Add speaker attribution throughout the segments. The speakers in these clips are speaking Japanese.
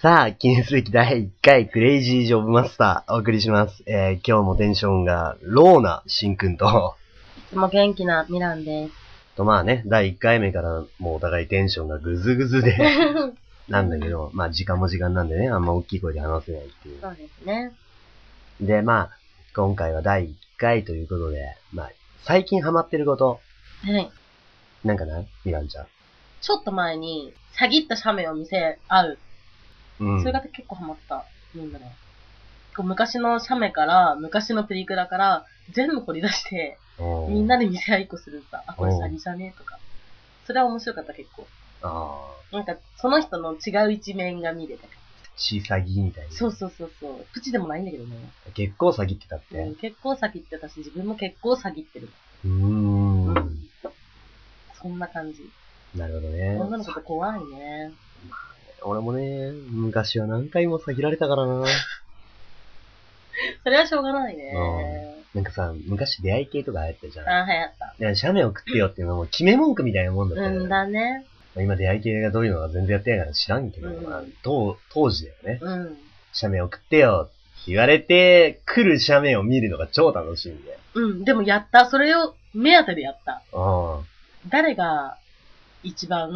Speaker 1: さあ、記念すべき第1回クレイジージョブマスターお送りします。えー、今日もテンションがローなしんくんと、
Speaker 2: いつも元気なミランです。
Speaker 1: とまあね、第1回目からもうお互いテンションがぐずぐず で、なんだけど、まあ時間も時間なんでね、あんま大きい声で話せないっていう。
Speaker 2: そうですね。
Speaker 1: で、まあ、今回は第1回ということで、まあ、最近ハマってること、
Speaker 2: はい。
Speaker 1: なんかないミランちゃん。
Speaker 2: ちょっと前に、詐ぎった写メを見せ合う。
Speaker 1: うん。
Speaker 2: それが結構ハマった。なんだろう。こう昔の写メから、昔のプリクラから、全部掘り出して、
Speaker 1: う
Speaker 2: みんなで見せ合いっこするさ。あ、これ
Speaker 1: うん
Speaker 2: 詐欺じゃねとか。それは面白かった結構。
Speaker 1: ああ、
Speaker 2: なんか、その人の違う一面が見れた。
Speaker 1: 小さぎみたいな。
Speaker 2: そうそうそうそう。プチでもないんだけどね。
Speaker 1: 結構詐欺ってたっ
Speaker 2: うん
Speaker 1: て。
Speaker 2: 結構詐欺って私自分も結構詐欺ってる。
Speaker 1: うーん。
Speaker 2: そんな感じ。
Speaker 1: なるほどね。
Speaker 2: 女の子って怖いね。
Speaker 1: 俺もね、昔は何回も詐欺られたからな。
Speaker 2: それはしょうがないね。
Speaker 1: なんかさ、昔出会い系とか流行ったじゃん。
Speaker 2: あ、流行った。
Speaker 1: いや、写メ送ってよっていうのはもう決め文句みたいなもんだったよね
Speaker 2: うんだね。
Speaker 1: まあ今出会い系がどういうのか全然やってないから知らんけど、
Speaker 2: うん
Speaker 1: まあ、当当時だよね。
Speaker 2: うん。
Speaker 1: 写メ送ってよって言われて、来る写メを見るのが超楽しいんだよ。
Speaker 2: うん、でもやった。それを目当てでやった。
Speaker 1: うん。
Speaker 2: 誰が一番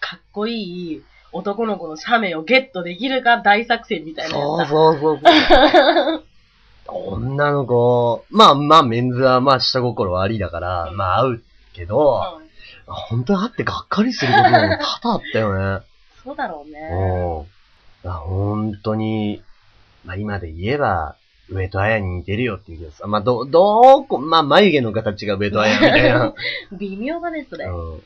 Speaker 2: かっこいい男の子の写メをゲットできるか大作戦みたいなや
Speaker 1: そう
Speaker 2: つ。
Speaker 1: そうそうそう。女の子、まあまあメンズはまあ下心はありだから、
Speaker 2: うん
Speaker 1: まあ合うけど、
Speaker 2: うん
Speaker 1: 本当に会ってがっかりすることも多々あったよね。
Speaker 2: そうだろうね。
Speaker 1: うん。あ本当に、まあ今で言えば、上戸彩に似てるよっていうけどさ、まあど、どこ、まあ眉毛の形が上戸彩みたい な。
Speaker 2: 微妙だね、それ。
Speaker 1: うん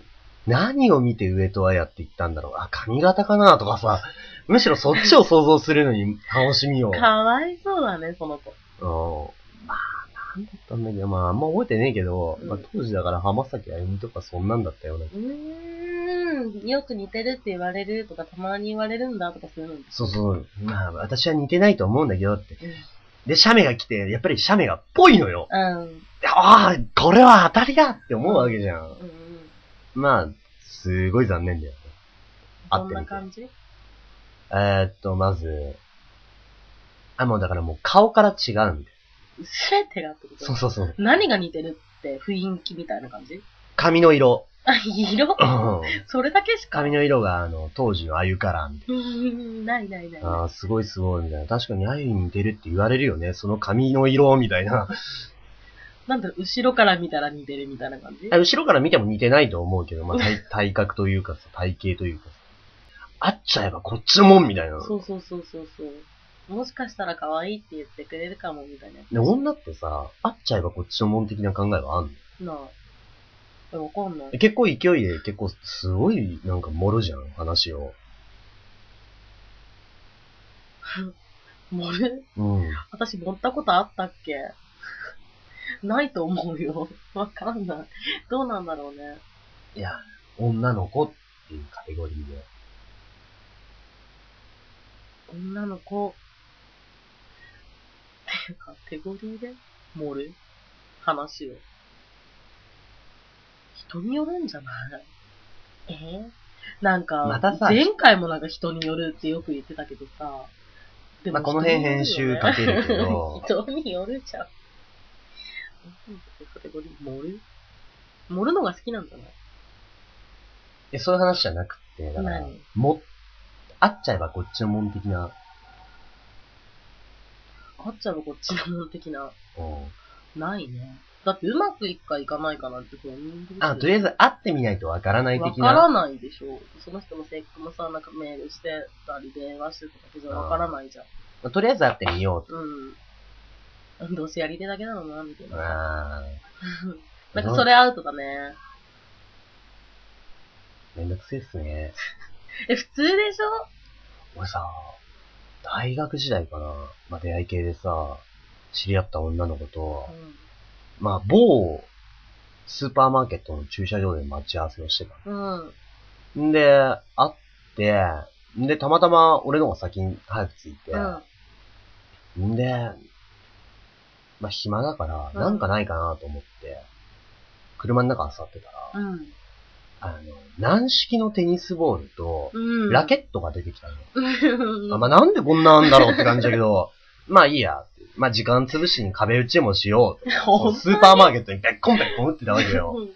Speaker 1: 何を見て上戸彩って言ったんだろう。あ、髪型かなとかさ、むしろそっちを想像するのに楽しみを。
Speaker 2: かわいそうだね、その子。
Speaker 1: うんまあ、なんだったんだけど、まあ、あんま覚えてねえけど、
Speaker 2: うん
Speaker 1: まあ、当時だから浜崎あゆみとかそんなんだったよね。
Speaker 2: うーん、よく似てるって言われるとか、たまに言われるんだとかするの。うん
Speaker 1: そうそう。まあ、私は似てないと思うんだけどって。で、シャメが来て、やっぱりシャメがっぽいのよ。
Speaker 2: うん。
Speaker 1: ああ、これは当たりだって思うわけじゃん。
Speaker 2: うんうん。
Speaker 1: まあ、すごい残念だよね。合
Speaker 2: そ
Speaker 1: っ
Speaker 2: ん
Speaker 1: て
Speaker 2: な
Speaker 1: みて。
Speaker 2: 感じ
Speaker 1: えーっと、まず、あ、もうだからもう顔から違うみたい
Speaker 2: 全てがってこ
Speaker 1: な。
Speaker 2: と
Speaker 1: そうそうそう。
Speaker 2: 何が似てるって雰囲気みたいな感じ
Speaker 1: 髪の色。
Speaker 2: あ、色
Speaker 1: うん
Speaker 2: それだけしか。
Speaker 1: 髪の色が、あの、当時のあゆカラーみたいな。
Speaker 2: うんないないない。
Speaker 1: ああ、すごいすごい、みたいな。確かにあゆに似てるって言われるよね。その髪の色、みたいな。
Speaker 2: なんだろう、後ろから見たら似てるみたいな感じ
Speaker 1: あ後ろから見ても似てないと思うけど、まあ、体 体格というかさ、体型というかさ。あっちゃえばこっちのもん、みたいな。
Speaker 2: そうそうそうそうそう。もしかしたら可愛いって言ってくれるかもみたいな。
Speaker 1: で、女ってさ、あっちゃえばこっちのもん的な考えはあん
Speaker 2: なあ。えわかんない
Speaker 1: の。結構勢いで、結構すごい、なんか盛るじゃん、話を。
Speaker 2: もれ
Speaker 1: うん。
Speaker 2: 私持ったことあったっけ ないと思うよ。 わかんない。どうなんだろうね。
Speaker 1: いや、女の子っていうカテゴリーで。
Speaker 2: 女の子。 てか、テゴリーで盛る話を。人によるんじゃないえーなんか、
Speaker 1: またさ
Speaker 2: 前回もなんか人によるってよく言ってたけどさ。で
Speaker 1: まあ、この辺編集かけるけ ど、
Speaker 2: 人によるじゃん。女の子ってカテゴリー盛る盛るのが好きなんじゃない
Speaker 1: いやそういう話じゃなくて、だから、
Speaker 2: 何
Speaker 1: も、あっちゃえばこっちのもん的な、
Speaker 2: あっちゃんのこっちのもん的な。
Speaker 1: うん。
Speaker 2: ないね。だってうまくいくかいかないかなんてこう
Speaker 1: あ、とりあえず会ってみないとわからない
Speaker 2: わ
Speaker 1: 的
Speaker 2: から
Speaker 1: な。
Speaker 2: ないでしょ。その人の性格もさ、なんかメールしてたり電話してただけじゃわからないじゃん。
Speaker 1: とりあえず会ってみようと。
Speaker 2: うん。どうせやり手だけなのな、みたいな。
Speaker 1: あ
Speaker 2: なんかそれアウトだね。
Speaker 1: ー、めんどくせえっすね。
Speaker 2: え、普通でしょ
Speaker 1: 俺さ、大学時代かな、まあ、出会い系でさ、知り合った女の子と、まあ、某スーパーマーケットの駐車場で待ち合わせをしてた。
Speaker 2: うん。うん。
Speaker 1: んで、会って、んで、たまたま俺の方が先に早く着いて、
Speaker 2: うん。
Speaker 1: んで、まあ、暇だから、
Speaker 2: うん
Speaker 1: なんかないかなと思って、車の中漁ってたら、
Speaker 2: うん。
Speaker 1: あの、軟式のテニスボールと、
Speaker 2: うん。
Speaker 1: ラケットが出てきたの。
Speaker 2: ッ
Speaker 1: あまあ、なんでこんなんだろうって感じだけど、 まあいいや。まあ時間潰しに壁打ちでもしよう と。
Speaker 2: ほん
Speaker 1: スーパーマーケットにベッコンベッコン打ってたわけよ。
Speaker 2: うん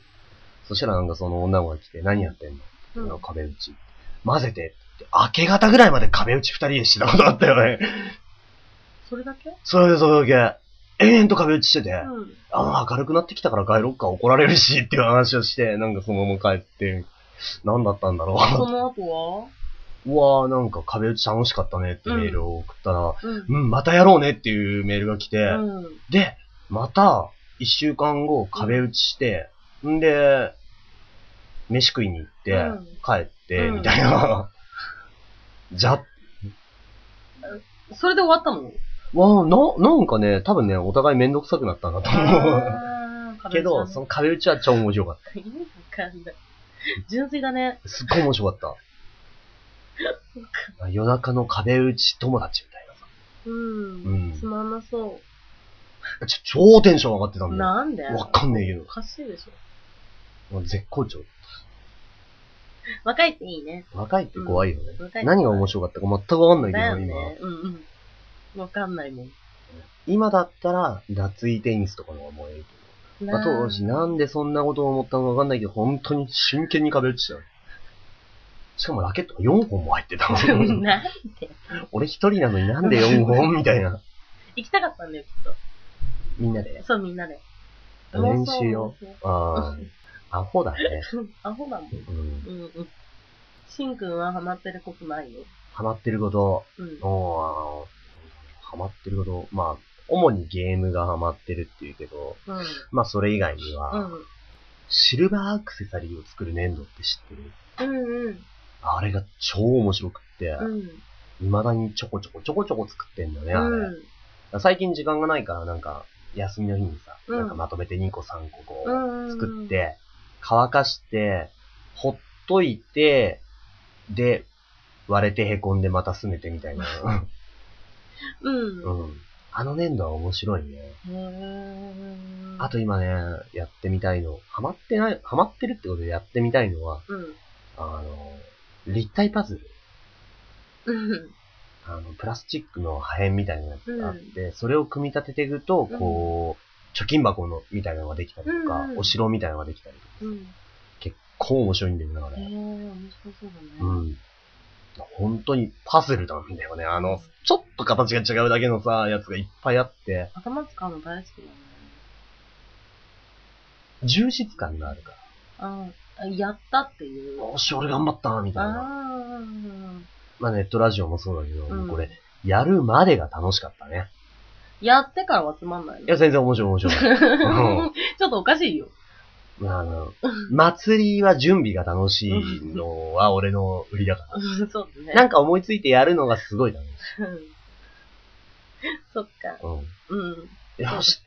Speaker 1: そしたらなんかその女の子が来て、何やってんの
Speaker 2: うん
Speaker 1: の壁打ち。混ぜてって。明け方ぐらいまで壁打ち二人でしてたことあったよ ね。
Speaker 2: それだけ
Speaker 1: それでそれだけ、延々と壁打ちしてて、
Speaker 2: うん。
Speaker 1: あの、明るくなってきたから街路カー怒られるしっていう話をして、なんかそのまま帰って、何だったんだろ
Speaker 2: その後は
Speaker 1: う。 うわぁ、なんか壁打ち楽しかったねってメールを送ったら、
Speaker 2: うん。
Speaker 1: うん、またやろうねっていうメールが来て、
Speaker 2: うん。
Speaker 1: で、また、一週間後壁打ちして、んで、飯食いに行って、
Speaker 2: うん
Speaker 1: 帰って、
Speaker 2: うん
Speaker 1: みたい な。じゃ、
Speaker 2: それで終わっ たの
Speaker 1: わあ、な、なんかね、多分ね、お互いめんどくさくなったんだと思う。
Speaker 2: あー
Speaker 1: けど、その壁打ちは超面白かっ
Speaker 2: 意味わかんない。純粋だね。
Speaker 1: た。すっごい面白かった。夜中の壁打ち友達みたいな
Speaker 2: うん。
Speaker 1: うん
Speaker 2: つまんなそ
Speaker 1: さ。ちょ超テンション上がってた
Speaker 2: う。
Speaker 1: んだよ。
Speaker 2: なんで
Speaker 1: わかんねえけど
Speaker 2: おかしいでしょ。
Speaker 1: もう絶好調。
Speaker 2: 若いっていいね。
Speaker 1: 若いって怖いよね。
Speaker 2: うん若い
Speaker 1: 何が面白かったか全くわかんないけ
Speaker 2: だ
Speaker 1: ど、
Speaker 2: よ
Speaker 1: 今。
Speaker 2: ね。うんうん。わかんないもん。
Speaker 1: 今だったら、脱衣テニスとかの方が燃えるけど。まあ、当時なんでそんなことを思ったのかわかんないけど、本当に真剣に壁打ちしたよ。しかもラケットが4本も入ってた の。
Speaker 2: な
Speaker 1: 俺一人なのになんで4本みたいな。
Speaker 2: 行きたかったんだよ、きっ
Speaker 1: みんなで
Speaker 2: と。。そう、みんなで。
Speaker 1: 練習を。
Speaker 2: そうそう
Speaker 1: ああ、アホだね。
Speaker 2: そう。 アホだもん。
Speaker 1: うん。
Speaker 2: うんうん。しんくんはハマってることないよ。
Speaker 1: ハマってること、
Speaker 2: うん。
Speaker 1: おーハマってること、まあ、主にゲームがハマってるっていうけど、
Speaker 2: うん。
Speaker 1: まあそれ以外に
Speaker 2: う
Speaker 1: は、
Speaker 2: ん。
Speaker 1: シルバーアクセサリーを作る粘土って知ってる
Speaker 2: うんうん。
Speaker 1: あれが超面白くって、
Speaker 2: うん。
Speaker 1: 未だにちょこちょこちょこちょこ作ってんだね、あれ。
Speaker 2: うん。
Speaker 1: 最近時間がないから、なんか、休みの日にさ、
Speaker 2: うん
Speaker 1: なんかまとめて2個3個こう、
Speaker 2: うん
Speaker 1: 作って、乾かして、ほっといて、で、割れて凹んでまた拗ねてみたい な。
Speaker 2: うん。
Speaker 1: うん。あの粘土は面白いね。
Speaker 2: へー
Speaker 1: あと今ね、やってみたいの、ハマってない、ハマってるってことでやってみたいのは、
Speaker 2: うん。
Speaker 1: あの、立体パズル。
Speaker 2: うん。
Speaker 1: あの、プラスチックの破片みたいなやつがあって、それを組み立てていくと、こう、貯金箱の、みたいなのができたりとか
Speaker 2: う、ん
Speaker 1: お城みたいなのができたりとか、
Speaker 2: うん。
Speaker 1: 結構面白いんだよね、あ
Speaker 2: へえ、
Speaker 1: れ。
Speaker 2: 面白そうだ
Speaker 1: う
Speaker 2: ね。
Speaker 1: ん。本当にパズルなんだよね。あの、ちょっと形が違うだけのさ、やつがいっぱいあって、
Speaker 2: 頭使うの大好きだね。
Speaker 1: 充実感があるか
Speaker 2: ああ、やったっていう。
Speaker 1: ら。よし、俺頑張ったみたいな。
Speaker 2: ああ。
Speaker 1: まあ、ネットラジオもそうだけど、
Speaker 2: うん
Speaker 1: これ、やるまでが楽しかったね。
Speaker 2: やってからはつまんない
Speaker 1: いや、
Speaker 2: ね。
Speaker 1: 全然面白い面 白い。うん
Speaker 2: ちょっとおかしいよ。
Speaker 1: まああの、祭りは準備が楽しいのは俺の売りだか
Speaker 2: そうだね。
Speaker 1: ら。なんか思いついてやるのがすごいだね。
Speaker 2: うん そっか。
Speaker 1: う
Speaker 2: うん。
Speaker 1: ん。よし。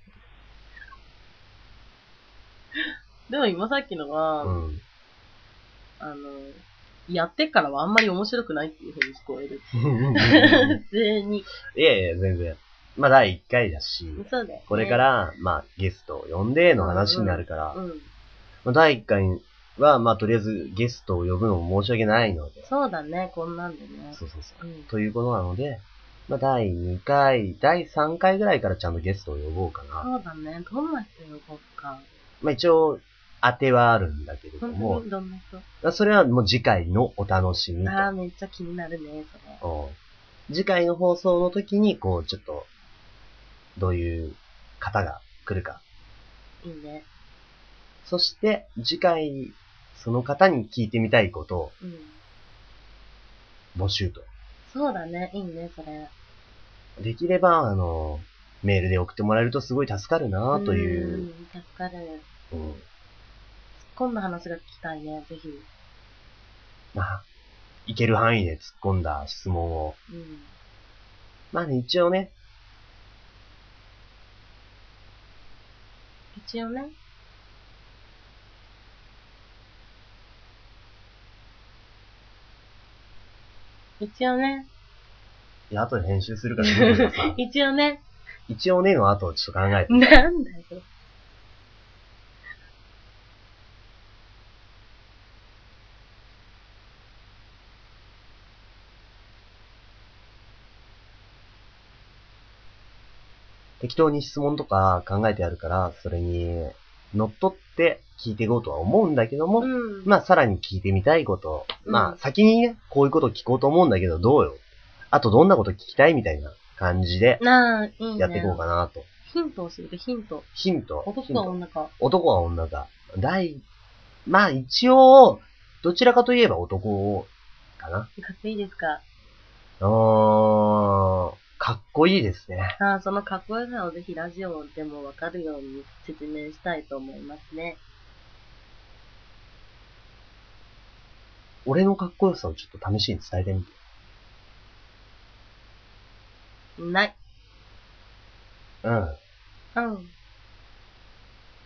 Speaker 2: でも今さっきのは、
Speaker 1: うん。
Speaker 2: あの、やってからはあんまり面白くないっていうふうに聞こえる。普通に。
Speaker 1: いやいや、全然。まあ、第1回だし、
Speaker 2: そうだよ、ね。
Speaker 1: これか。ら、まあ、ゲストを呼んでの話になるから、
Speaker 2: うん。
Speaker 1: まあ、第1回は、まあ、とりあえずゲストを呼ぶのも申し訳ないので、
Speaker 2: そうだね、こんなんでね。
Speaker 1: そうそうそう。
Speaker 2: うん。
Speaker 1: ということなので、まあ、第2回、第3回ぐらいからちゃんとゲストを呼ぼうかな。
Speaker 2: そうだね、どんな人呼ぼうか。
Speaker 1: まあ、一応、当てはあるんだけれど
Speaker 2: 本
Speaker 1: も
Speaker 2: 当、にどんな人
Speaker 1: まあそれはもう次回のお楽しみと。
Speaker 2: ああ、めっちゃ気になるね、それ。
Speaker 1: うん次回の放送の時に、こう、ちょっと、どういう方が来るか。
Speaker 2: いいね。
Speaker 1: そして、次回、その方に聞いてみたいことを
Speaker 2: うん。
Speaker 1: 募集と。
Speaker 2: そうだね、いいね、それ。
Speaker 1: できれば、あの、メールで送ってもらえるとすごい助かるなという、
Speaker 2: ん。助かる。
Speaker 1: うん、
Speaker 2: 今度話が聞きたいね、ぜひ。
Speaker 1: まあ、いける範囲で突っ込んだ質問を。
Speaker 2: うん。
Speaker 1: まあね、一応ね、
Speaker 2: 一応ね。一応ね。
Speaker 1: いや後で編集するから見てくださ い
Speaker 2: 一応ね。
Speaker 1: 一応ねの後をちょっと考えて。
Speaker 2: なんだよ。
Speaker 1: 適当に質問とか考えてやるから、それに乗っ取って聞いていこうとは思うんだけども、
Speaker 2: うん。
Speaker 1: まあ、さらに聞いてみたいこと。ま
Speaker 2: う
Speaker 1: あ、
Speaker 2: ん
Speaker 1: 先にね、こういうこと聞こうと思うんだけど、どうよ。あと、どんなこと聞きたいみたいな感じで、
Speaker 2: なあ、いいね。
Speaker 1: やっていこうかなと。
Speaker 2: ヒントを教えて、ヒント。
Speaker 1: ヒント。ヒ
Speaker 2: 男
Speaker 1: ン
Speaker 2: か
Speaker 1: ト
Speaker 2: 女か。
Speaker 1: 男は女か。第、まあ、一応、どちらかといえば男かな。
Speaker 2: かっこいいですか
Speaker 1: うーん、かっこいいですね。
Speaker 2: さあ、そのかっこよさをぜひラジオでもわかるように説明したいと思いますね。
Speaker 1: 俺のかっこよさをちょっと試しに伝えてみて。
Speaker 2: ない。
Speaker 1: うん。
Speaker 2: うん。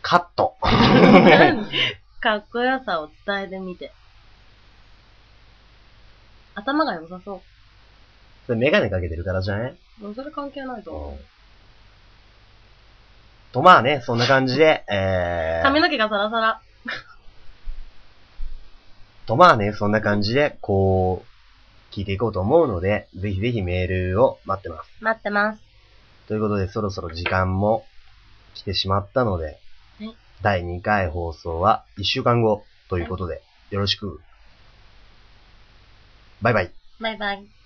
Speaker 1: カット。
Speaker 2: かっこよさを伝えてみて。頭が良さそ。
Speaker 1: それメガネかけてるからじゃないう
Speaker 2: でもそれ関係ないと思う。
Speaker 1: と、まあね、そんな感じで、 え
Speaker 2: 髪
Speaker 1: ー、
Speaker 2: の毛がサラサラ。
Speaker 1: とまあね、そんな感じで、こう、聞いていこうと思うので、ぜひぜひメールを待ってます。
Speaker 2: 待ってます。
Speaker 1: ということで、そろそろ時間も来てしまったので
Speaker 2: はい、
Speaker 1: 第2回放送は1週間後ということで、よろしく。バイバイ。
Speaker 2: バイバイ。